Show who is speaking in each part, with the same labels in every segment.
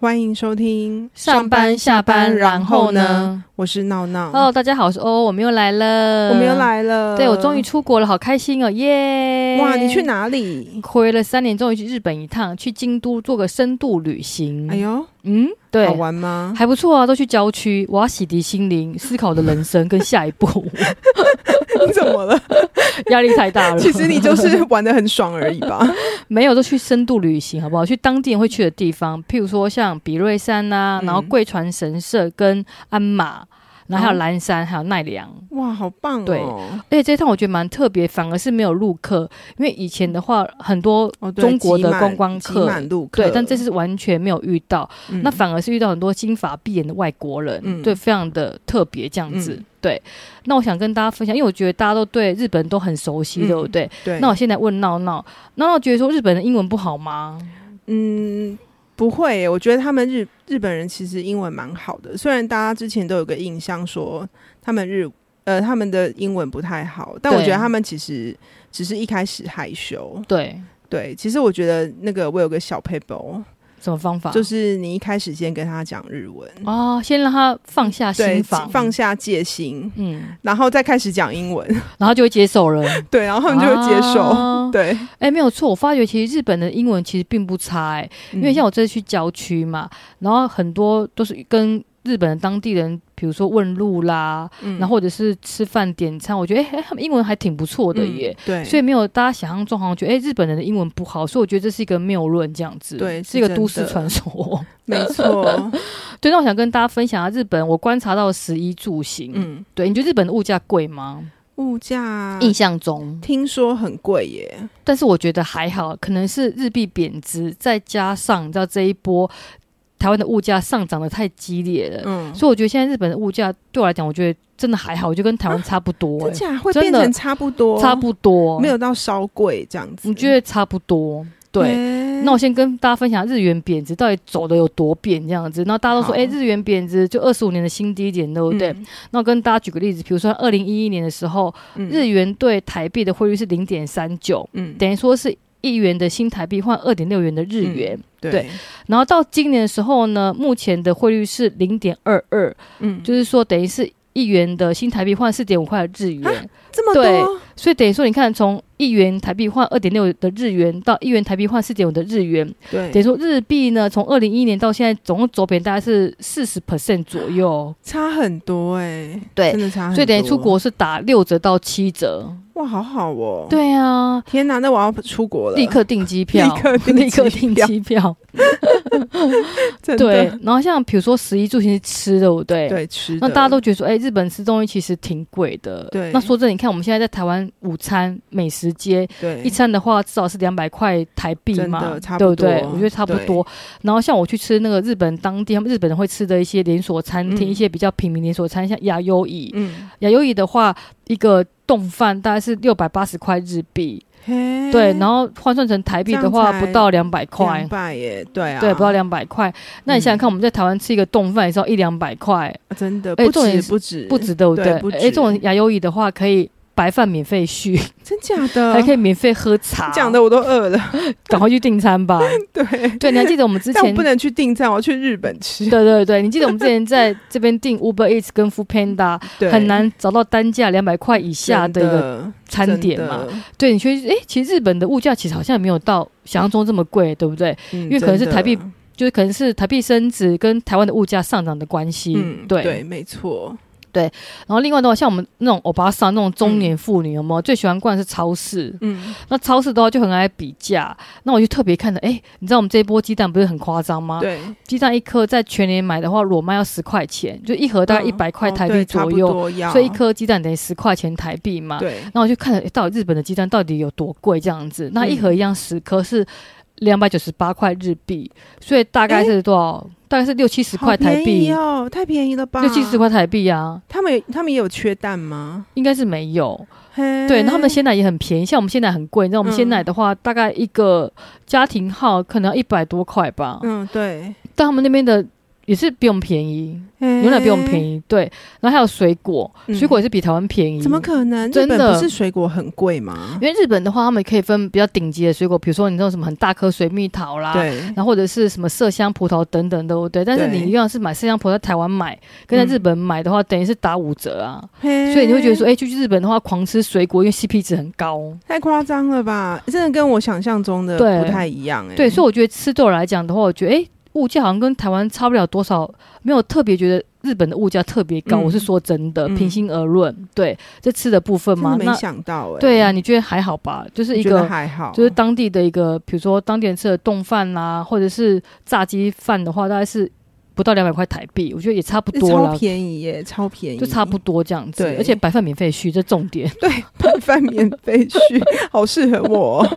Speaker 1: 欢迎收听
Speaker 2: 上班下班，然后？呢？
Speaker 1: 我是闹闹
Speaker 2: 哦，，大家好，我是欧，我们又来了，
Speaker 1: 我们又，来了，
Speaker 2: 对我终于出国了，好开心哦，耶！
Speaker 1: 哇，你去？哪里？
Speaker 2: 回了三年，终于去日本一趟，去京都做个深度旅行。
Speaker 1: 哎呦，
Speaker 2: 嗯，对
Speaker 1: 好，玩吗？
Speaker 2: 还不错啊，都去郊区，我要洗涤心灵，思考我的人生跟下一步，
Speaker 1: 你 怎么了？
Speaker 2: 压力太大了。
Speaker 1: 其实你就是玩的很爽而已 吧？
Speaker 2: 没有，都去深度旅行，好不好？去当地人会去的地方，譬如说像比瑞山呐、
Speaker 1: 嗯
Speaker 2: 然后贵船神社跟鞍马，然后还
Speaker 1: 哦
Speaker 2: 有蓝山，还有奈良。
Speaker 1: 哇，好棒哦！
Speaker 2: 对而且这一趟我觉得蛮特别，反而是没有入客，因为以前的话很多
Speaker 1: 哦，对
Speaker 2: 中国
Speaker 1: 挤
Speaker 2: 的
Speaker 1: 满
Speaker 2: 观光
Speaker 1: 挤
Speaker 2: 客。
Speaker 1: 满路客，
Speaker 2: 对，但这次完全没有遇到，
Speaker 1: 嗯
Speaker 2: 那反而是遇到很多金发碧眼的外国人，
Speaker 1: 嗯
Speaker 2: 对，非常的特别这样子。
Speaker 1: 嗯
Speaker 2: 对，那我想跟大家分享，因为我觉得大家都对日本都很熟悉，
Speaker 1: 嗯
Speaker 2: 对不对？
Speaker 1: 对，
Speaker 2: 那我现在问闹闹，闹闹觉得说日本的英文不好吗？
Speaker 1: 嗯，不会耶，我觉得他们日日本人其实英文蛮好的，虽然大家之前都有个印象说他们日呃他们的英文不太好，但我
Speaker 2: 对
Speaker 1: 觉得他们其实只是一开始害羞。
Speaker 2: 对，
Speaker 1: 对，其实我觉得那个我有个小 paper，
Speaker 2: 什么方法？
Speaker 1: 就是你一开始先跟他讲日文，
Speaker 2: 哦，先让他放下
Speaker 1: 对，
Speaker 2: 心房，
Speaker 1: 放下戒心，
Speaker 2: 嗯，
Speaker 1: 然后再开始讲英文，
Speaker 2: 然后就会接受了，
Speaker 1: 对， 然后他们就会接受。
Speaker 2: 啊
Speaker 1: 对，
Speaker 2: 哎、没有错，我发觉其实日本的英文其实并不差、哎，因
Speaker 1: 嗯
Speaker 2: 为像我这次去郊区嘛，然后很多都是跟日本的当地人，比如说问路啦，
Speaker 1: 嗯
Speaker 2: 然后或者是吃饭点餐，我觉得哎、哎他们英文还挺不错的耶。，
Speaker 1: 嗯对，
Speaker 2: 所以没有大家想象中好像觉得哎、日本人的英文不好，所以我觉得这是一个谬论，这样子，
Speaker 1: 对
Speaker 2: 是一个
Speaker 1: 是真的
Speaker 2: 都市传说。
Speaker 1: 没错，
Speaker 2: 对，那我想跟大家分享一下日本，我观察到十一住行，
Speaker 1: 嗯，
Speaker 2: 对，你觉得日本的物价贵吗？
Speaker 1: 物价
Speaker 2: 印象中，
Speaker 1: 听说很贵耶，
Speaker 2: 但是我觉得还好，可能是日币贬值，再加上你知道这一波台湾的物价上涨的太激烈了，
Speaker 1: 嗯，
Speaker 2: 呃所以我觉得现在日本的物价对我来讲，我觉得真的还好，我觉得跟台湾差不多、
Speaker 1: 真
Speaker 2: 欸
Speaker 1: 假会
Speaker 2: 真
Speaker 1: 变
Speaker 2: 的
Speaker 1: 成差不多，
Speaker 2: 差不多，
Speaker 1: 没有到稍贵这样子。
Speaker 2: 你觉得差不多？对。
Speaker 1: 欸
Speaker 2: 那我先跟大家分享日元贬值到底走的有多贬这样子，那大家都说，
Speaker 1: 好
Speaker 2: 哎、日元贬值就二十五年的新低点，对不对？
Speaker 1: 嗯
Speaker 2: 那我跟大家举个例子，比如说二零一一年的时候，
Speaker 1: 嗯
Speaker 2: 日元对台币的汇率是零点三九，
Speaker 1: 嗯
Speaker 2: 等于说是一元的新台币换二点六元的日元。
Speaker 1: 对
Speaker 2: 对然后到今年的时候呢，目前的汇率是零点二二，
Speaker 1: 嗯
Speaker 2: 就是说等于是一元的新台币换四点五块的日元，
Speaker 1: 这么多
Speaker 2: 对所以等于说你看，从一元台币换二点六的日元到一元台币换四点五的日元，
Speaker 1: 对
Speaker 2: 等于说日币呢从二零一一年到现在总共走贬大概是四十 percent 左右，
Speaker 1: 差很多哎，
Speaker 2: 对
Speaker 1: 真的差很多。
Speaker 2: 所以等于出国是打六折到七折。
Speaker 1: 哇，好好哦。，
Speaker 2: 对啊，
Speaker 1: 天哪，那我要出国了，
Speaker 2: 立刻订机票，
Speaker 1: 立刻订
Speaker 2: 立刻
Speaker 1: 机
Speaker 2: 订
Speaker 1: 票
Speaker 2: 机票。
Speaker 1: 真的
Speaker 2: 对，然后像比如说十一住行是吃的，对不对？
Speaker 1: 对吃的，
Speaker 2: 那大家都觉得说，哎、日本吃东西其实挺贵的。
Speaker 1: 对
Speaker 2: 那说真的，你看我们现在在台湾午餐美食街
Speaker 1: 对
Speaker 2: 一餐的话，至少是两百块台币
Speaker 1: 真
Speaker 2: 嘛
Speaker 1: 的，差
Speaker 2: 对
Speaker 1: 不
Speaker 2: 不对？
Speaker 1: 多
Speaker 2: 我觉得差不多。然后像我去吃那个日本当地他们日本人会吃的一些连锁餐
Speaker 1: 嗯
Speaker 2: 厅，一些比较平民连锁餐，像雅优椅。
Speaker 1: 嗯，
Speaker 2: 雅优椅的话，一个冻饭大概是六百八十块日币，
Speaker 1: 嘿
Speaker 2: 对，然后换算成台币的话
Speaker 1: 这样，才
Speaker 2: 不到两百块
Speaker 1: 两。百耶，对啊，
Speaker 2: 对，不到两百块。那你想想看，我们在台湾吃一个冻饭也是要一两百块，
Speaker 1: 真的
Speaker 2: 哎
Speaker 1: 不
Speaker 2: 重点
Speaker 1: 止
Speaker 2: 是
Speaker 1: 不止
Speaker 2: 不，止对不对
Speaker 1: 对不？止
Speaker 2: 哎，这种牙优椅的话，可以白饭免费续，
Speaker 1: 真假的
Speaker 2: 还可以免费喝茶。
Speaker 1: 嗯讲的，我都饿了，
Speaker 2: 赶快去订餐吧。
Speaker 1: 对，
Speaker 2: 对，你还记得我们之
Speaker 1: 但我
Speaker 2: 前
Speaker 1: 不？能去订站，我要去日本吃，
Speaker 2: 对对对，你记得我们之前在这边订 Uber Eats 跟 Food Panda
Speaker 1: 对，
Speaker 2: 很难找到单价两百块以下的一
Speaker 1: 真
Speaker 2: 个
Speaker 1: 的
Speaker 2: 餐点嘛？，对，你去哎，其实日本的物价其实好像也没有到想象中这么贵，对不对？
Speaker 1: 因
Speaker 2: 因为可能是台币就是可能是台币升值跟台湾的物价上涨的关系。
Speaker 1: 嗯，
Speaker 2: 对。
Speaker 1: 对，没错，
Speaker 2: 然后另外的话，像我们那种欧巴桑那种中年妇女，有没有最喜欢逛的是超市？
Speaker 1: 嗯，
Speaker 2: 那超市的话就很爱比价。那我就特别看的，哎，你知道我们这一波鸡蛋不是很夸张吗？
Speaker 1: 对，
Speaker 2: 鸡蛋一颗在全年买的话，裸卖要十块钱，就一盒大概一百块
Speaker 1: 嗯
Speaker 2: 台
Speaker 1: 哦
Speaker 2: 币
Speaker 1: 对差
Speaker 2: 左
Speaker 1: 不
Speaker 2: 右，
Speaker 1: 多要
Speaker 2: 所以一颗鸡蛋等于十块钱台币嘛。
Speaker 1: 对，
Speaker 2: 然后我就看了，诶到底日本的鸡蛋到底有多贵这样
Speaker 1: 嗯
Speaker 2: 子？那一盒一样十颗是两百九十八块日币，所以大概是多少？大概是六七十块
Speaker 1: 好
Speaker 2: 台
Speaker 1: 便
Speaker 2: 币
Speaker 1: 宜，哦，太便宜了吧？
Speaker 2: 六七十，块台币啊，
Speaker 1: 他们有他们也有缺蛋吗？
Speaker 2: 应该是没有。
Speaker 1: 嘿
Speaker 2: 对，那他们的鲜奶也很便宜，像我们鲜奶很贵，你知道我们
Speaker 1: 嗯
Speaker 2: 鲜奶的话，大概一个家庭号可能要一百多块吧，
Speaker 1: 嗯，对，
Speaker 2: 但他们那边的。也是比我们便宜，
Speaker 1: 牛
Speaker 2: 牛奶比我们便
Speaker 1: 宜，
Speaker 2: 宜，对。然后还有水果，
Speaker 1: 嗯
Speaker 2: 水果也是比台湾便宜。
Speaker 1: 怎么可能？日
Speaker 2: 真
Speaker 1: 本
Speaker 2: 的
Speaker 1: 不是水果很贵吗
Speaker 2: 因？为日本的话，他们可以分比较顶级的水果，比如说你那种什么很大颗水蜜桃啦，
Speaker 1: 对，
Speaker 2: 然后或者是什么麝香葡萄等等都对。但是
Speaker 1: 对嗯
Speaker 2: 你要是买麝香葡萄在台湾买，跟在日本买的话，等于是打五折啊。
Speaker 1: 所
Speaker 2: 所以你会觉得说，哎、去日本的话，狂吃水果，因为 CP 值很高。
Speaker 1: 太夸张了吧？真的跟我想象中的
Speaker 2: 对
Speaker 1: 不太一样哎、
Speaker 2: 对，所以我觉得吃对我来讲的话，我觉得哎、诶物价好像跟台湾差不了多少，没有特别觉得日本的物价特别高。
Speaker 1: 嗯
Speaker 2: 我是说真的，
Speaker 1: 嗯
Speaker 2: 平心而论，对这吃的部分
Speaker 1: 真的
Speaker 2: 嘛，
Speaker 1: 没
Speaker 2: 那
Speaker 1: 想到哎、
Speaker 2: 对啊，，你觉得还好吧？就是一
Speaker 1: 觉得
Speaker 2: 个。
Speaker 1: 还好，
Speaker 2: 就是当地的一个，比如说当地人吃的冻饭啦，或者是炸鸡饭的话，大概是不到两百块台币，我觉得也差不多
Speaker 1: 超
Speaker 2: 啦，
Speaker 1: 便宜耶、超便宜，
Speaker 2: 就差不多这样子
Speaker 1: 对。
Speaker 2: 而且白饭免费续，这重点。
Speaker 1: 多饭免费去，好适合我 哦、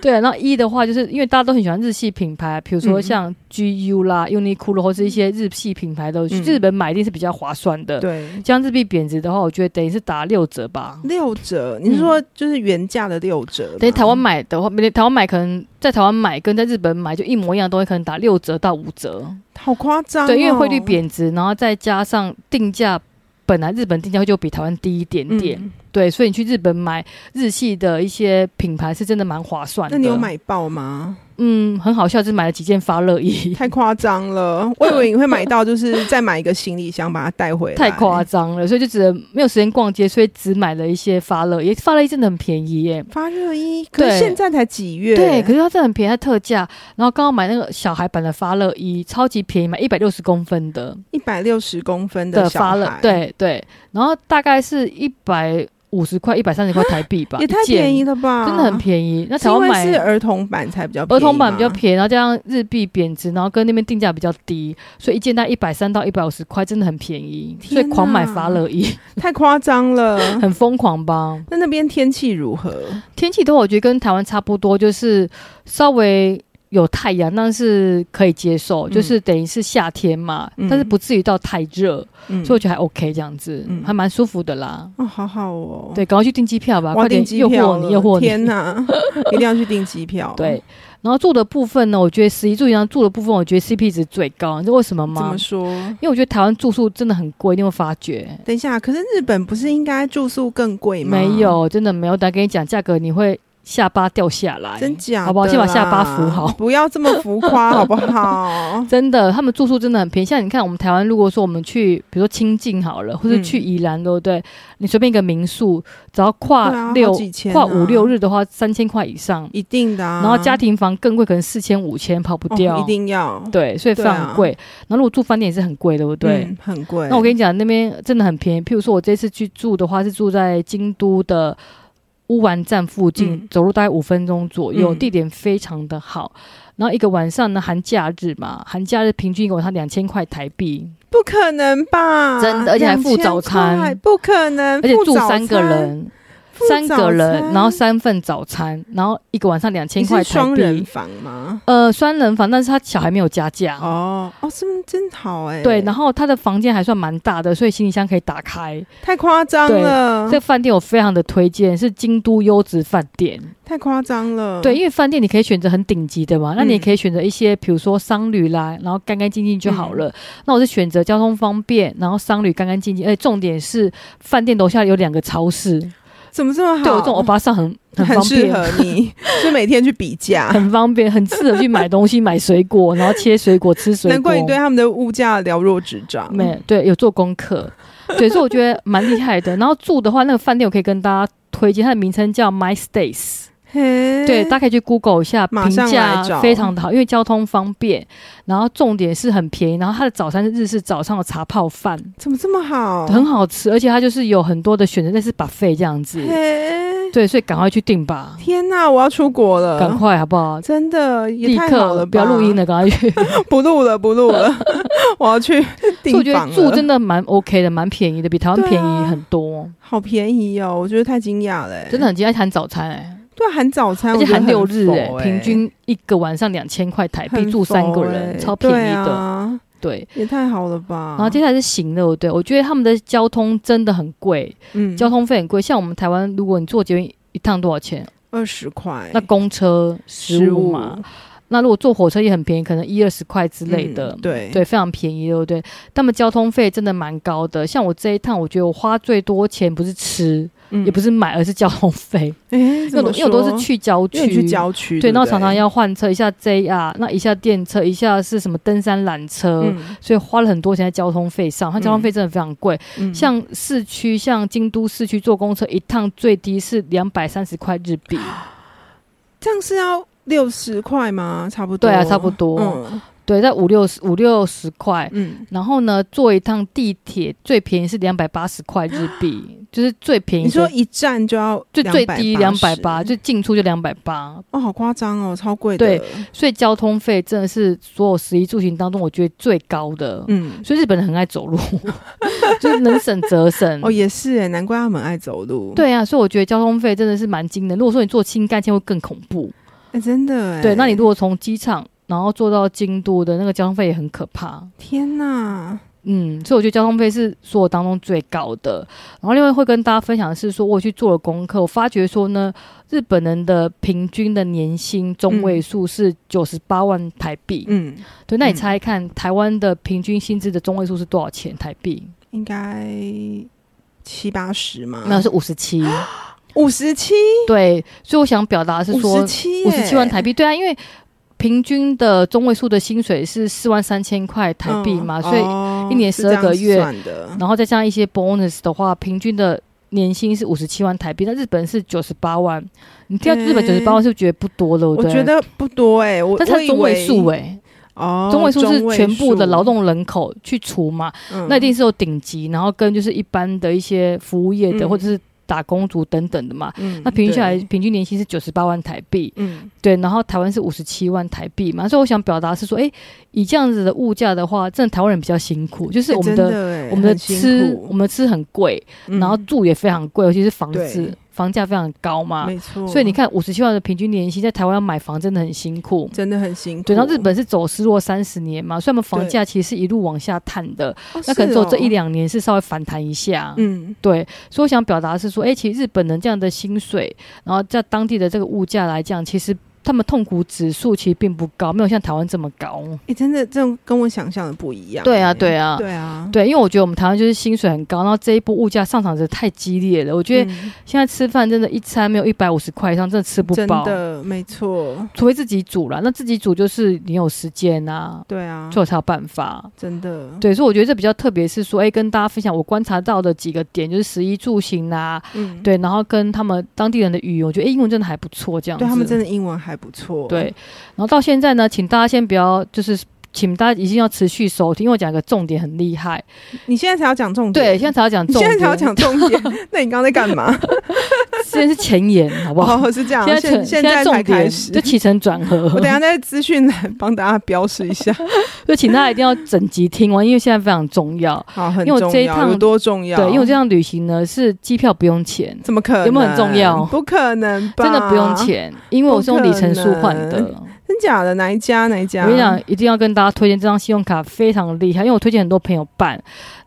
Speaker 2: 对啊，然后一的话，就是因为大家都很喜欢日系品牌，比如
Speaker 1: 嗯
Speaker 2: 说像 GU 啦、Uniqlo 或是一些日系品牌的，去
Speaker 1: 嗯
Speaker 2: 日本买一定是比较划算的。，
Speaker 1: 对，嗯
Speaker 2: 将日币贬值的话，我觉得等于是打六折吧。
Speaker 1: 六折，你是说就是原价的六折吗，
Speaker 2: 等于嗯台湾买的话，没台湾买可能在台湾买跟在日本买就一模一样的东西，可能打六折到五折。
Speaker 1: 好夸张、哦，
Speaker 2: 对，因为汇率贬值，然后再加上定价，本来日本定价就比台湾低一点点，
Speaker 1: 嗯
Speaker 2: 对，所以你去日本买日系的一些品牌是真的蛮划算的。
Speaker 1: 那你有？买爆吗？
Speaker 2: 嗯，很好笑，就是买了几件发热衣，
Speaker 1: 太夸张了，我以为你会买到，就是再买一个行李箱把它带回来，
Speaker 2: 太夸张了，所以就只能没有时间逛街，所以只买了一些发热衣，发热衣真的很便宜耶。
Speaker 1: 发热衣，可是
Speaker 2: 对
Speaker 1: 现在才几月？
Speaker 2: 对，可是它真的很便宜，它特价。然后刚刚买那个小孩版的发热衣，超级便宜，买一百六十公分的
Speaker 1: 一百六十公分
Speaker 2: 的
Speaker 1: 小
Speaker 2: 发热
Speaker 1: 孩，，
Speaker 2: 对对。然后大概是一百五十块、一百三十块台币吧，
Speaker 1: 也太
Speaker 2: 一件
Speaker 1: 便宜了吧？
Speaker 2: 真的很便宜。那
Speaker 1: 是
Speaker 2: 台
Speaker 1: 因为
Speaker 2: 湾买
Speaker 1: 是儿童版才比较便
Speaker 2: 儿
Speaker 1: 宜吗
Speaker 2: 童版比较便宜，然后加上日币贬值，然后跟那边定价比较低，所以一件大概一百三到一百五十块，真的很便宜。
Speaker 1: 天
Speaker 2: 所以狂买
Speaker 1: 哪
Speaker 2: 法 乐衣，
Speaker 1: 太夸张了。
Speaker 2: 很疯狂吧？
Speaker 1: 那那边天气如何？
Speaker 2: 天气的话，我觉得跟台湾差不多，就是稍微。有太阳，但是可以接受，
Speaker 1: 嗯
Speaker 2: 就是等于是夏天嘛，
Speaker 1: 嗯
Speaker 2: 但是不至于到太热，
Speaker 1: 嗯，
Speaker 2: 所以我觉得还 OK 这样子，
Speaker 1: 嗯
Speaker 2: 还蛮舒服的啦。
Speaker 1: 哦，好好哦，，
Speaker 2: 对，赶快去订机票吧，
Speaker 1: 我要
Speaker 2: 啊快点
Speaker 1: 订机
Speaker 2: 诱惑
Speaker 1: 票了
Speaker 2: 你，诱惑你。
Speaker 1: 天哪， 一定要去订机票。
Speaker 2: 对，，然后住的部分呢，我觉得十一住一样住的部分，我觉得 CP 值最高，你知道为什么
Speaker 1: 怎
Speaker 2: 吗
Speaker 1: 么？说？
Speaker 2: 因为我觉得台湾住宿真的很贵，你有没有发觉？
Speaker 1: 等一下，可是日本不是应该住宿更贵吗？
Speaker 2: 没，有，真的没有。但跟你讲，价格你会下巴掉下来，
Speaker 1: 真假的？
Speaker 2: 好不好？先把下巴扶好。？
Speaker 1: 不要这么浮夸，好不好
Speaker 2: 真的，他们住宿真的很便宜。像你看，我们台湾如果说我们去，比如说清境好了，或者
Speaker 1: 嗯
Speaker 2: 去宜兰，对不对？你随便一个民宿，只要
Speaker 1: 对啊
Speaker 2: 跨
Speaker 1: 好
Speaker 2: 六、
Speaker 1: 几千啊
Speaker 2: 跨五六日的话，三千块以上。
Speaker 1: 一定的啊，
Speaker 2: 然后家庭房更贵，可能四千、五千跑不
Speaker 1: 哦
Speaker 2: 掉。
Speaker 1: 一定要，
Speaker 2: 对，所以非
Speaker 1: 对啊
Speaker 2: 常贵。然后如果住饭店也是很贵，对不对？
Speaker 1: 嗯，很贵。
Speaker 2: 那我跟你讲，那边真的很便宜。譬如说，我这次去住的话，是住在京都的乌丸站附近，
Speaker 1: 嗯
Speaker 2: 走路大概五分钟左右，
Speaker 1: 嗯
Speaker 2: 地点非常的好。然后一个晚上呢，寒假日嘛，寒假日平均一个晚上两千块台币，
Speaker 1: 不可能吧？
Speaker 2: 真的而且还付
Speaker 1: 2000
Speaker 2: 早餐
Speaker 1: 块不可能，
Speaker 2: 而且
Speaker 1: 付
Speaker 2: 住
Speaker 1: 早
Speaker 2: 三个
Speaker 1: 餐，
Speaker 2: 人，
Speaker 1: 付
Speaker 2: 三
Speaker 1: 早
Speaker 2: 个人，
Speaker 1: 餐
Speaker 2: 然后三份早餐，然后一个晚上两千
Speaker 1: 你
Speaker 2: 块
Speaker 1: 是
Speaker 2: 台
Speaker 1: 双人
Speaker 2: 币。
Speaker 1: 房吗？
Speaker 2: 呃，双人房，但是他小孩没有加价。
Speaker 1: 哦哦，真真好哎、
Speaker 2: 对，然
Speaker 1: 后
Speaker 2: 后他的房间还算蛮大的，所以行李箱可以打开。
Speaker 1: 太夸张了，
Speaker 2: 这饭店我非常的推荐，是京都优质饭店。
Speaker 1: 太夸张了。
Speaker 2: 对，因为饭店你可以选择很顶级的嘛，那你也
Speaker 1: 嗯
Speaker 2: 可以选择一些，比如说商旅啦，然后干干净净就好
Speaker 1: 嗯
Speaker 2: 了。那我是选择交通方便，然后商旅干干净净，而且重点是饭店楼下有两个超市，
Speaker 1: 怎么这么好？
Speaker 2: 对我这种欧巴桑 很很
Speaker 1: 哦很
Speaker 2: 方
Speaker 1: 适
Speaker 2: 便。
Speaker 1: 合 你，就每天去比价。
Speaker 2: 很方便，很适合去买东西、买水果，然后切水果、吃水果。
Speaker 1: 难怪你对他们的物价了若指掌。
Speaker 2: 没对，有做功课，对，所以我觉得蛮厉害的。然后住的话，那个饭店我可以跟大家推荐，它的名称叫 My Stays。
Speaker 1: 嘿，
Speaker 2: 对，大家可以去 Google 一下，
Speaker 1: 哎马
Speaker 2: 评
Speaker 1: 上来
Speaker 2: 价
Speaker 1: 找
Speaker 2: 非常的好，因为交通方便，然后重点是很便宜，然后它的早餐是日式早上有茶泡饭，
Speaker 1: 怎么这么好？
Speaker 2: 很好吃，而且它就是有很多的选择，类似 buffet 这样子。
Speaker 1: 嘿，
Speaker 2: 对，所以赶快去订吧，
Speaker 1: 天哪、我要出国了，
Speaker 2: 赶快好不好？
Speaker 1: 真的呃也
Speaker 2: 立
Speaker 1: 太好了
Speaker 2: 刻
Speaker 1: 吧，
Speaker 2: 不要录音了，赶快去。
Speaker 1: 不录了，不录 了，我要去
Speaker 2: 所以我
Speaker 1: 订
Speaker 2: 觉
Speaker 1: 房
Speaker 2: 得
Speaker 1: 了。
Speaker 2: 住真的蛮 OK 的，蛮便宜的，比台湾
Speaker 1: 对啊
Speaker 2: 便宜很多，
Speaker 1: 好便宜哦，我觉得太惊讶了、欸，
Speaker 2: 真的很惊讶。含早餐哎、
Speaker 1: 对啊，含早餐，
Speaker 2: 而且
Speaker 1: 我觉得
Speaker 2: 含
Speaker 1: 很
Speaker 2: 六日
Speaker 1: 佛欸
Speaker 2: 哎、平均一个晚上两千块台币，住三个人，
Speaker 1: 很佛欸
Speaker 2: 超便宜
Speaker 1: 对
Speaker 2: 的。
Speaker 1: 啊
Speaker 2: 对，
Speaker 1: 也太好了吧？
Speaker 2: 然后接下来是行的，对，我觉得他们的交通真的很贵，
Speaker 1: 嗯，
Speaker 2: 交通费很贵。像我们台湾，如果你坐捷运一趟多少钱？
Speaker 1: 二十块，
Speaker 2: 那公车十五
Speaker 1: 15
Speaker 2: 嘛，，那如果坐火车也很便宜，可能一二十块之类的。
Speaker 1: 嗯对
Speaker 2: 对，非常便宜，对不对？他们交通费真的蛮高的。像我这一趟，我觉得我花最多钱不是吃，也不
Speaker 1: 是，
Speaker 2: 是买，而是交 通费。
Speaker 1: 哎，
Speaker 2: 嗯因为
Speaker 1: 嗯怎
Speaker 2: 我
Speaker 1: 么
Speaker 2: 因为我都是
Speaker 1: 说，
Speaker 2: 去郊
Speaker 1: 因为
Speaker 2: 区，
Speaker 1: 你去郊区，
Speaker 2: 对，
Speaker 1: 不
Speaker 2: 那我常常，要换车，一下 JR，那一下电车，一下是什么登山缆车，
Speaker 1: 嗯
Speaker 2: 所以花了很多钱在交通费上。它交通费真的非常贵，
Speaker 1: 嗯
Speaker 2: 像市区，像京都市区坐公车一趟最低是两百三十块日 币，
Speaker 1: 这样是要六十块吗？差不多，
Speaker 2: 对啊，差不多，
Speaker 1: 嗯
Speaker 2: 对，在五六十五六十块。
Speaker 1: 嗯，
Speaker 2: 然后呢，坐一趟地铁最便宜是两百八十块日 币，就是最便宜的。
Speaker 1: 你说一站就要
Speaker 2: 最最低两百八，
Speaker 1: 280
Speaker 2: 就进出就两百八，
Speaker 1: 哦，好夸张哦，超贵的，
Speaker 2: 对，所以交通费真的是所有食衣住行当中我觉得最高的。
Speaker 1: 嗯，
Speaker 2: 所以日本人很爱走路， 就是能省则省。
Speaker 1: 哦，也是哎，难怪他们爱走路，，
Speaker 2: 嗯对啊，所以我觉得交通费真的是蛮惊人。如果说你坐新干线会更恐怖，
Speaker 1: 哎，真的哎，
Speaker 2: 对，那你如果从机场然后坐到京都的那个交通费也很可怕。
Speaker 1: 天哪，
Speaker 2: 嗯，所以我觉得交通费是所有当中最高的。然后另外会跟大家分享的是说，我去做了功课，我发觉说呢，日本人的平均的年薪中位数是九十八万台币。
Speaker 1: 嗯，
Speaker 2: 对，那你
Speaker 1: 嗯
Speaker 2: 猜一看、台湾的平均薪资的中位数是多少钱台币？
Speaker 1: 应该七八十嘛，
Speaker 2: 那是五十七。
Speaker 1: 五十七，
Speaker 2: 对，所以我想表达的是
Speaker 1: 五
Speaker 2: 说
Speaker 1: 十，七，
Speaker 2: 五十七万台币。对啊，因为平均的中位数的薪水是四万三千块台币嘛，
Speaker 1: 嗯
Speaker 2: 所以
Speaker 1: 哦
Speaker 2: 一年
Speaker 1: 是这样
Speaker 2: 12个月
Speaker 1: 算的，
Speaker 2: 然后再加上一些 bonus 的话，平均的年薪是五十七万台币，那日本是九十八万。你听到日本九
Speaker 1: 对
Speaker 2: 十八万是不是觉得不多了，对
Speaker 1: 嗯我
Speaker 2: 不对
Speaker 1: 觉，得不多哎，我
Speaker 2: 但是它是中位数
Speaker 1: 哎，
Speaker 2: 哎、
Speaker 1: 哦，
Speaker 2: 中位数是
Speaker 1: 中位
Speaker 2: 全部的劳
Speaker 1: 数，
Speaker 2: 动人口去除嘛，
Speaker 1: 嗯
Speaker 2: 那一定是有顶级，然后跟就是一般的一些服务业的、
Speaker 1: 嗯
Speaker 2: 或者是打工族等等的嘛。
Speaker 1: 嗯
Speaker 2: 那平均下来，
Speaker 1: 对
Speaker 2: 平均年薪是九十八万台币，
Speaker 1: 嗯
Speaker 2: 对，然后台湾是五十七万台币嘛，所以我想表达是说，哎，以这样子的物价的话，真的台湾人比较辛苦，就是
Speaker 1: 哎
Speaker 2: 我们
Speaker 1: 真
Speaker 2: 的
Speaker 1: 的
Speaker 2: 我们的吃，我们的吃很贵，
Speaker 1: 们
Speaker 2: 然后住也非常贵，尤其是
Speaker 1: 嗯
Speaker 2: 房
Speaker 1: 对
Speaker 2: 子，房价非常高嘛。
Speaker 1: 没错，
Speaker 2: 所以你看，五十七万的平均年薪，在台湾要买房真的很辛苦。
Speaker 1: 真的很辛苦。
Speaker 2: 对，然后日本是走失落三十年嘛，所以他们房
Speaker 1: 对
Speaker 2: 价其实是一路往下探的，
Speaker 1: 哦
Speaker 2: 那可能
Speaker 1: 是
Speaker 2: 只有
Speaker 1: 哦
Speaker 2: 这一两年是稍微反弹一下。
Speaker 1: 嗯
Speaker 2: 对，所以我想表达的是说，哎、其实日本人这样的薪水，然后在当地的这个物价来讲，其实他们痛苦指数其实并不高，没有像台湾这么高。
Speaker 1: 哎、真的这种跟我想象的不一样、
Speaker 2: 对啊，
Speaker 1: 哎
Speaker 2: 对啊，
Speaker 1: 对啊，
Speaker 2: 对，因为我觉得我们台湾就是薪水很高，然后这一波物价上涨的太激烈了，我觉得
Speaker 1: 嗯
Speaker 2: 现在吃饭真的，一餐没有一百五十块以上，真的吃不
Speaker 1: 真
Speaker 2: 饱，
Speaker 1: 的没错，
Speaker 2: 除非自己煮啦，那自己煮就是你有时间啊，
Speaker 1: 对啊，
Speaker 2: 所以我才有办法。
Speaker 1: 真的，
Speaker 2: 对，所以我觉得这比较特别，是说，哎，跟大家分享我观察到的几个点，就是食衣住行啊，
Speaker 1: 嗯，
Speaker 2: 对，然后跟他们当地人的语言，我觉得哎，英文真的还不错，这样子。
Speaker 1: 对他们真的英文还不错，
Speaker 2: 对，然后到现在呢，请大家先不要，就是请大家一定要持续收听，因为我讲一个重点很厉害，
Speaker 1: 你现在才要讲重点，
Speaker 2: 对，现在才要讲
Speaker 1: 你
Speaker 2: 重
Speaker 1: 现
Speaker 2: 点，
Speaker 1: 在才要，讲重点，那你刚刚在干 嘛？
Speaker 2: 现在是前言，好不好？
Speaker 1: 哦，是这样，
Speaker 2: 现
Speaker 1: 现
Speaker 2: 在
Speaker 1: 现
Speaker 2: 在
Speaker 1: 才
Speaker 2: 重
Speaker 1: 开
Speaker 2: 点
Speaker 1: 始
Speaker 2: 就。起承转合，
Speaker 1: 我等一下在资讯栏帮大家标示一 下，
Speaker 2: 所以请大家一定要整集听完，因为现在非常重要。
Speaker 1: 好，很
Speaker 2: 因为我
Speaker 1: 重
Speaker 2: 这一
Speaker 1: 要，
Speaker 2: 趟
Speaker 1: 有多重要？
Speaker 2: 对，因为我这趟旅行呢是机票不用钱，
Speaker 1: 怎么可能？
Speaker 2: 有没有很重要
Speaker 1: 不可能吧？
Speaker 2: 真的不用，钱，因为我是用里程数换
Speaker 1: 不可
Speaker 2: 的。
Speaker 1: 真假的？哪一家？哪一家？
Speaker 2: 我跟你讲，一定要跟大家推荐这张信用卡非常厉害，因为我推荐很多朋友办，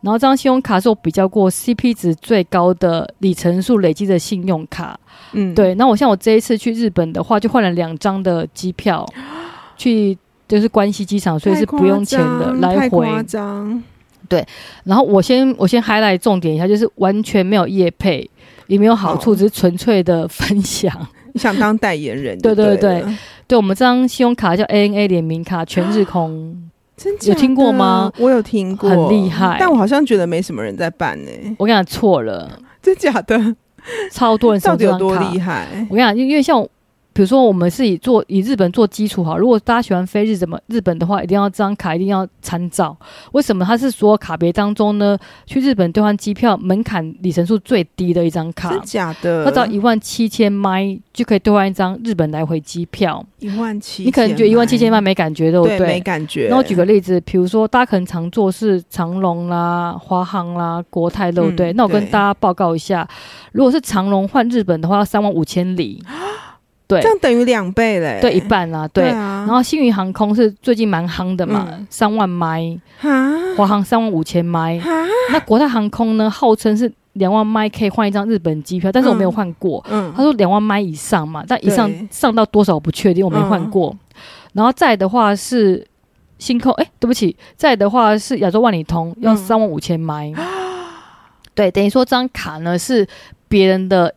Speaker 2: 然后这张信用卡是我比较过 CP 值最高的里程数累积的信用卡。
Speaker 1: 嗯，
Speaker 2: 对，那我像我这一次去日本的话，就换了两张的机票去。就是关西机场，所以是不用钱的来
Speaker 1: 太
Speaker 2: 回。
Speaker 1: 夸张，
Speaker 2: 然后我先我先 highlight 重点一下，就是完全没有业配，也没有好处，
Speaker 1: 好
Speaker 2: 只是纯粹的分享。
Speaker 1: 你想当代言人就
Speaker 2: 对
Speaker 1: 对
Speaker 2: 对
Speaker 1: 了，
Speaker 2: 对我们这张信用卡叫 ANA 联名卡，全日空。
Speaker 1: 真假的
Speaker 2: 听过吗？
Speaker 1: 我有听过，
Speaker 2: 很厉害
Speaker 1: 但我好像觉得没什么人在办呢、
Speaker 2: 我跟你讲错 了，
Speaker 1: 真假的？
Speaker 2: 超多人
Speaker 1: 到
Speaker 2: 手
Speaker 1: 底
Speaker 2: 这
Speaker 1: 有
Speaker 2: 张
Speaker 1: 多
Speaker 2: 卡
Speaker 1: 厉。害？
Speaker 2: 我跟你讲，因因为像比如说我们是以做以日本做基础好，如果大家喜欢飞日怎么日本的话，一定要这张卡一定要参照。为什么它是所有卡别当中呢？去日本兑换机票门槛里程数最低的一张卡
Speaker 1: 真。假的？
Speaker 2: 它只要一万七千迈就可以兑换一张日本来回机票，
Speaker 1: 一万七，
Speaker 2: 你可能觉得一万七千迈
Speaker 1: 万
Speaker 2: 没感觉，对不
Speaker 1: 对没感觉。
Speaker 2: 那我举个例子，比如说大家可能常坐是长龙啦、华航啦、国泰，对不对？
Speaker 1: 嗯
Speaker 2: 那我跟
Speaker 1: 对
Speaker 2: 大家报告一下，如果是长龙换日本的话，要三万五 千里，对
Speaker 1: 这样等于两倍嘞、
Speaker 2: 对一半啦，对。
Speaker 1: 对啊。
Speaker 2: 然后星宇航空是最近蛮夯的嘛
Speaker 1: 嗯，
Speaker 2: 三、万迈，
Speaker 1: 哈
Speaker 2: 华航三万五千迈。
Speaker 1: 哈，
Speaker 2: 那国泰航空呢，号称是两万迈可以换一张日本机票，但是我没有换过。
Speaker 1: 嗯
Speaker 2: 他说两万迈以上嘛，但以上
Speaker 1: 对嗯
Speaker 2: 上到多少我不确定，我没换过。然后再的话是星空，哎、对不起，再的话是亚洲万里通要
Speaker 1: 嗯
Speaker 2: 三万五 千迈，对，等于说这张卡呢是别人的。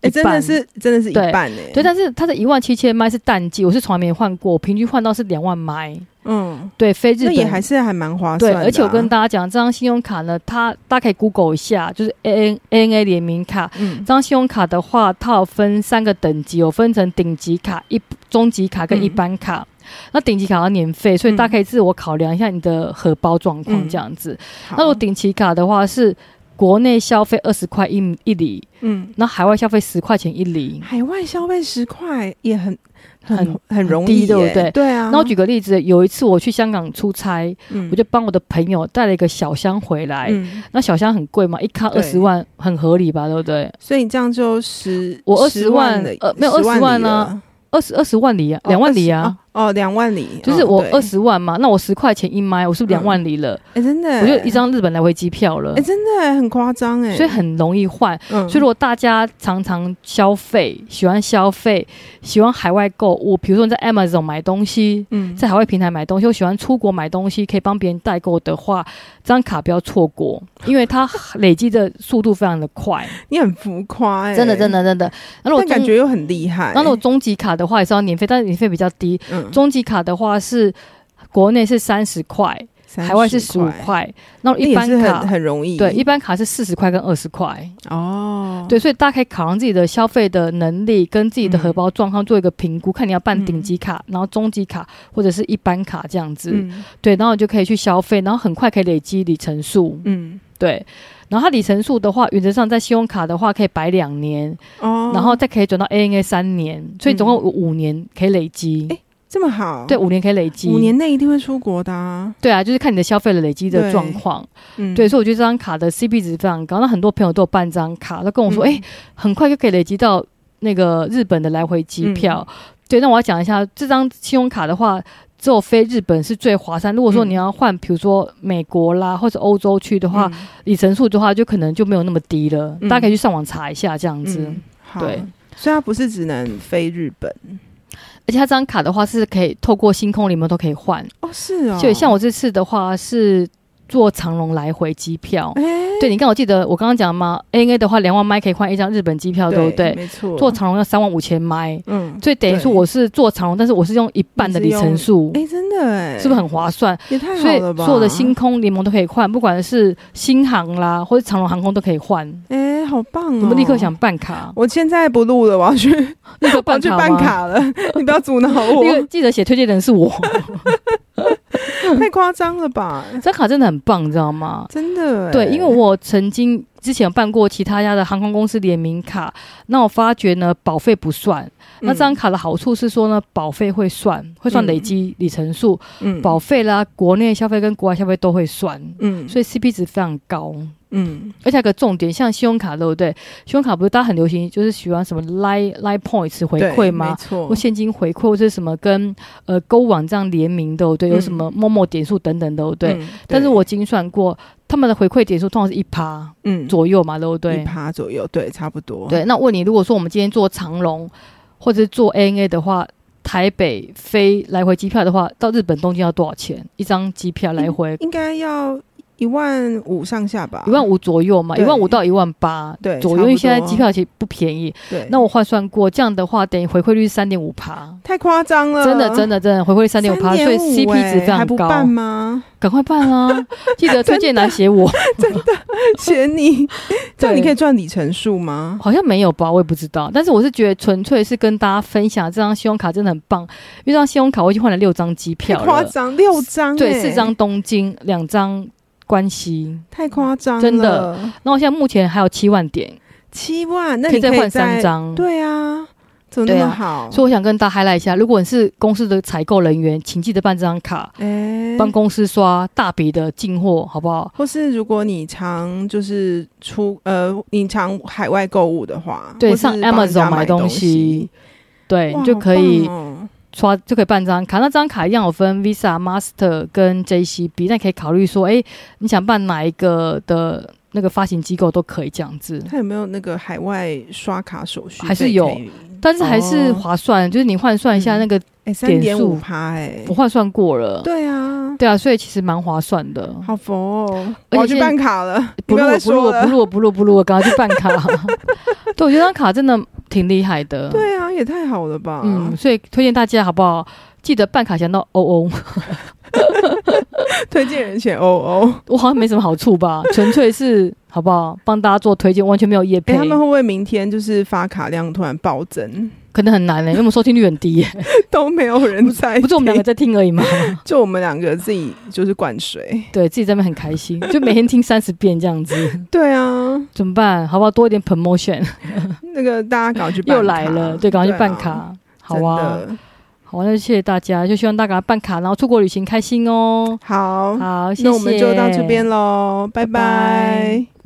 Speaker 1: 哎、
Speaker 2: 一
Speaker 1: 真的
Speaker 2: 半
Speaker 1: 是真的是一
Speaker 2: 对
Speaker 1: 半哎、
Speaker 2: 对，但是它的一万七千麦是淡季，我是从来没换过，我平均换到是两万麦。
Speaker 1: 嗯，
Speaker 2: 对，飞日
Speaker 1: 那
Speaker 2: 本
Speaker 1: 也还是还蛮划算
Speaker 2: 对，
Speaker 1: 的啊、
Speaker 2: 而且我跟大家讲，这张信用卡呢，它大家可以 Google 一下，就是 A N A N A 联名卡。
Speaker 1: 嗯
Speaker 2: 这张信用卡的话，它有分三个等级，有分成顶级卡、一中级卡
Speaker 1: 嗯
Speaker 2: 跟一般卡。那顶级卡要年费，所以大家可以自我考量一下你的荷包状况
Speaker 1: 嗯
Speaker 2: 这样子。
Speaker 1: 好
Speaker 2: 那如果顶级卡的话是。国内消费二十块一一里，
Speaker 1: 嗯，
Speaker 2: 那海外消费十块钱一里。
Speaker 1: 海外消费十块也很很
Speaker 2: 很
Speaker 1: 很容
Speaker 2: 低
Speaker 1: 易、耶
Speaker 2: 对不对
Speaker 1: 对啊。
Speaker 2: 那我举个例子，有一次我去香港出差，
Speaker 1: 嗯，
Speaker 2: 我就帮我的朋友带了一个小箱回来，
Speaker 1: 嗯，
Speaker 2: 那小箱很贵嘛，一卡二
Speaker 1: 对
Speaker 2: 十万，很合理吧？对不对？
Speaker 1: 所以你这样就十
Speaker 2: 我20
Speaker 1: 10万
Speaker 2: 万
Speaker 1: 的
Speaker 2: 呃没有
Speaker 1: 10
Speaker 2: 20万
Speaker 1: 里
Speaker 2: 啊
Speaker 1: 了
Speaker 2: 二十二十万里啊，
Speaker 1: 哦
Speaker 2: 两万里
Speaker 1: 20
Speaker 2: 啊，
Speaker 1: 哦，两、万里
Speaker 2: 就是
Speaker 1: 嗯
Speaker 2: 我
Speaker 1: 对
Speaker 2: 二十万嘛，那我十块钱一买，我是不是
Speaker 1: 嗯
Speaker 2: 两万里了？
Speaker 1: 哎、真的、
Speaker 2: 我就一，张日本来回机票了
Speaker 1: 哎、，真的、很夸张哎，
Speaker 2: 所以很容易换。
Speaker 1: 嗯，
Speaker 2: 所以如果大家常常消费，喜欢消费，喜欢海外购物，比如说你在 Amazon 买东西。
Speaker 1: 嗯，
Speaker 2: 在海外平台买东西，我喜欢出国买东西，可以帮别人代购的话，这张卡不要错过，因为它累积的速度非常的快，
Speaker 1: 你很浮夸哎、
Speaker 2: 真的真，的真的。然后我
Speaker 1: 但感
Speaker 2: 中
Speaker 1: 觉又很厉害。
Speaker 2: 那如果终极卡的话也是要年费，但是年费比较低。
Speaker 1: 嗯
Speaker 2: 终极卡的话是国内是三十块，
Speaker 1: 30
Speaker 2: 海外是十五
Speaker 1: 块，
Speaker 2: 块，然后
Speaker 1: 那
Speaker 2: 一
Speaker 1: 也
Speaker 2: 般
Speaker 1: 是很
Speaker 2: 卡
Speaker 1: 很容易。
Speaker 2: 对一般卡是四十块跟二十块。
Speaker 1: 哦，
Speaker 2: 对，所以大家可以考量自己的消费的能力跟自己的
Speaker 1: 嗯
Speaker 2: 荷包状况做一个评估，看你要办
Speaker 1: 嗯
Speaker 2: 顶级卡，然后中级卡或者是一般卡这样子。
Speaker 1: 嗯
Speaker 2: 对，然后你就可以去消费，然后很快可以累积里程数。
Speaker 1: 嗯
Speaker 2: 对，然后它里程数的话，原则上在信用卡的话可以摆两年，
Speaker 1: 哦，嗯
Speaker 2: 然后再可以转到 ANA 三年，所以总共有五年可以累积。
Speaker 1: 诶这么好，
Speaker 2: 对，，五年可以累积。
Speaker 1: 五年内一定会出国的啊。
Speaker 2: 对啊，就是看你的消费的累积的
Speaker 1: 对
Speaker 2: 状况。
Speaker 1: 嗯，
Speaker 2: 对，所以我觉得这张卡的 CP 值非常高。那很多朋友都有办这张卡，都跟我说，
Speaker 1: 嗯
Speaker 2: 哎、很快就可以累积到那个日本的来回
Speaker 1: 嗯
Speaker 2: 机票。对，那我要讲一下这张信用卡的话。只有飞日本是最划算。如果说
Speaker 1: 嗯
Speaker 2: 你要换，比如说美国啦，或者欧洲去的话，
Speaker 1: 嗯
Speaker 2: 里程数的话，就可能就没有那么低了。
Speaker 1: 嗯
Speaker 2: 大家可以去上网查一下这样子。
Speaker 1: 嗯好
Speaker 2: 对
Speaker 1: 所以它不是只能飞日本
Speaker 2: 而且它这张卡的话是可以透过星空联盟都可以换。
Speaker 1: 哦，是哦，
Speaker 2: 就像我这次的话是坐长龙来回机票，
Speaker 1: 哎，
Speaker 2: 对你看我记得我刚刚讲嘛，ANA 的话两万麦可以换一张日本机票，对不对？
Speaker 1: 没错，
Speaker 2: 坐长龙要三万五千麦，
Speaker 1: 嗯，
Speaker 2: 所以等于说
Speaker 1: 对
Speaker 2: 我是坐长龙，但是我是用一半的里程数，
Speaker 1: 哎，真的哎，
Speaker 2: 是不是很划算？
Speaker 1: 也太
Speaker 2: 所
Speaker 1: 好
Speaker 2: 以
Speaker 1: 了吧？
Speaker 2: 所有的星空联盟都可以换，不管是新航啦或者长龙航空都可以换。
Speaker 1: 哎，好棒哦！
Speaker 2: 我们立刻想。办卡，
Speaker 1: 我现在不录了，我要去，
Speaker 2: 立刻
Speaker 1: 我要
Speaker 2: 办
Speaker 1: 哦去
Speaker 2: 卡
Speaker 1: 办
Speaker 2: 吗，
Speaker 1: 卡了。 你不要阻 挠我
Speaker 2: 因，为记得写推荐人是我。
Speaker 1: 太夸张了吧？
Speaker 2: 这张卡真的很棒，你知道吗？
Speaker 1: 真的哎，
Speaker 2: 对，因为我曾经之前有办过其他家的航空公司联名卡，那我发觉呢保费不算。
Speaker 1: 嗯
Speaker 2: 那这张卡的好处是说呢，保费会算，会算累积里程数，
Speaker 1: 嗯嗯
Speaker 2: 保费啦，国内消费跟国外消费都会算，
Speaker 1: 嗯
Speaker 2: 所以 CP 值非常高。
Speaker 1: 嗯
Speaker 2: 而且还有个重点，像信用卡对不对？信用卡不是大家很流行，就是喜欢什么 Line Line Points 回
Speaker 1: 对
Speaker 2: 馈
Speaker 1: 没
Speaker 2: 吗？
Speaker 1: 错嗯
Speaker 2: 或，现金回馈，或是什么跟呃购物网站联名，对不对？有什
Speaker 1: 嗯
Speaker 2: 么某某点数等等，对不对？
Speaker 1: 嗯，
Speaker 2: 但是
Speaker 1: 对
Speaker 2: 我精算过，他们的回馈点数通常是一趴
Speaker 1: 嗯
Speaker 2: 左右嘛，对不
Speaker 1: 一
Speaker 2: 对？
Speaker 1: 趴左右，对，差不多。
Speaker 2: 对，那问你，如果说我们今天做长龙或者是做 ANA 的话，台北飞来回机票的话，到日本东京要多少钱？一张机票来回
Speaker 1: 应该要一万五上下吧，
Speaker 2: 一万五左右嘛，一
Speaker 1: 嗯对
Speaker 2: 万五到一万八
Speaker 1: 对差
Speaker 2: 左右，
Speaker 1: 不
Speaker 2: 因为现在
Speaker 1: 多
Speaker 2: 机票其实不便宜。
Speaker 1: 对，
Speaker 2: 那我换算过，这样的话等于回馈率三点五趴。
Speaker 1: 太夸张了，
Speaker 2: 真的，真
Speaker 1: 的。
Speaker 2: 的，真的回馈率三点五趴，所以 CP 值非
Speaker 1: 欸还
Speaker 2: 常
Speaker 1: 不
Speaker 2: 高，
Speaker 1: 办吗？
Speaker 2: 赶快办啊！记得推荐来写我，
Speaker 1: 写你， 这样你
Speaker 2: 对
Speaker 1: 可以赚里程数吗？
Speaker 2: 好像没有吧，我也不知道。但是我是觉得纯粹是跟大家分享这张信用卡真的很棒，因为这张信用卡我已经换了六张机
Speaker 1: 太
Speaker 2: 票
Speaker 1: 夸
Speaker 2: 了，
Speaker 1: 张，六张、欸，
Speaker 2: 对，四张，东京，两张关西。
Speaker 1: 太夸张了，
Speaker 2: 真的那我现在目前还有七万点，
Speaker 1: 七万，那
Speaker 2: 可
Speaker 1: 你
Speaker 2: 以再
Speaker 1: 可以
Speaker 2: 换三，张。
Speaker 1: 对啊，怎么那
Speaker 2: 嗯对
Speaker 1: 么
Speaker 2: 啊
Speaker 1: 好？
Speaker 2: 所以我想跟大家 highlight 一下，如果你是公司的采购人员，请记得办这张卡，
Speaker 1: 哎、
Speaker 2: 帮公司刷大笔的进货，好不好？
Speaker 1: 或是如果你常就是出呃，你常海外购物的话，
Speaker 2: 对，
Speaker 1: 或是帮
Speaker 2: 上
Speaker 1: 人家
Speaker 2: Amazon
Speaker 1: 买
Speaker 2: 买东
Speaker 1: 西
Speaker 2: 西，，对，
Speaker 1: 哇
Speaker 2: 你就可以
Speaker 1: 好棒哦
Speaker 2: 刷就可以办张卡，那张卡一样有分 Visa、Master 跟 JCB，那你可以考虑说，哎、你想办哪一个的那个发行机构都可以这样子，
Speaker 1: 他有没有那个海外刷卡手续费可以？
Speaker 2: 还是有但是还是
Speaker 1: 哦
Speaker 2: 划算，就是你换算一下
Speaker 1: 嗯
Speaker 2: 那个
Speaker 1: 哎，三点
Speaker 2: 数
Speaker 1: 五趴，哎
Speaker 2: 我，换算过了。
Speaker 1: 对啊，
Speaker 2: 对啊，所以其实蛮划算的。
Speaker 1: 好佛哦，
Speaker 2: 而
Speaker 1: 我
Speaker 2: 且
Speaker 1: 要去
Speaker 2: 现在
Speaker 1: 办卡了，
Speaker 2: 不
Speaker 1: 你
Speaker 2: 录
Speaker 1: 要
Speaker 2: 了
Speaker 1: 再
Speaker 2: 不录
Speaker 1: 说
Speaker 2: 了不
Speaker 1: 了。
Speaker 2: 录了不录了不录了，赶快去 办卡。对，我觉得这张卡真的挺厉害的。，
Speaker 1: 对啊，也太好了吧？
Speaker 2: 嗯，所以推荐大家好不好？记得办卡前到哦哦，
Speaker 1: 推荐人选哦欧欧，
Speaker 2: 我好像没什么好处吧，纯粹是好不好？帮大家做推荐，完全没有业
Speaker 1: 哎、
Speaker 2: 配，
Speaker 1: 他们会不会明天就是发卡量突然暴增，
Speaker 2: 可能很难欸呢、因为我们收听率很低、耶
Speaker 1: 都没有人在？
Speaker 2: 不是我们两个，在听而已嘛。
Speaker 1: 就我们两个自己就是灌水。
Speaker 2: 对自己在那边很开心，就每天听三十遍这样子，
Speaker 1: 对啊，
Speaker 2: 怎么办？好不好？多一点 promotion，
Speaker 1: 那个大家赶快去办卡
Speaker 2: 又来了，对，赶快去办卡。
Speaker 1: 对啊
Speaker 2: 好啊，
Speaker 1: 真的
Speaker 2: 好啊，那就谢谢大家，就希望大家办卡，然后出国旅行开心哦。
Speaker 1: 好，
Speaker 2: 好，谢谢，
Speaker 1: 那我们就到这边喽，拜
Speaker 2: 拜拜
Speaker 1: 拜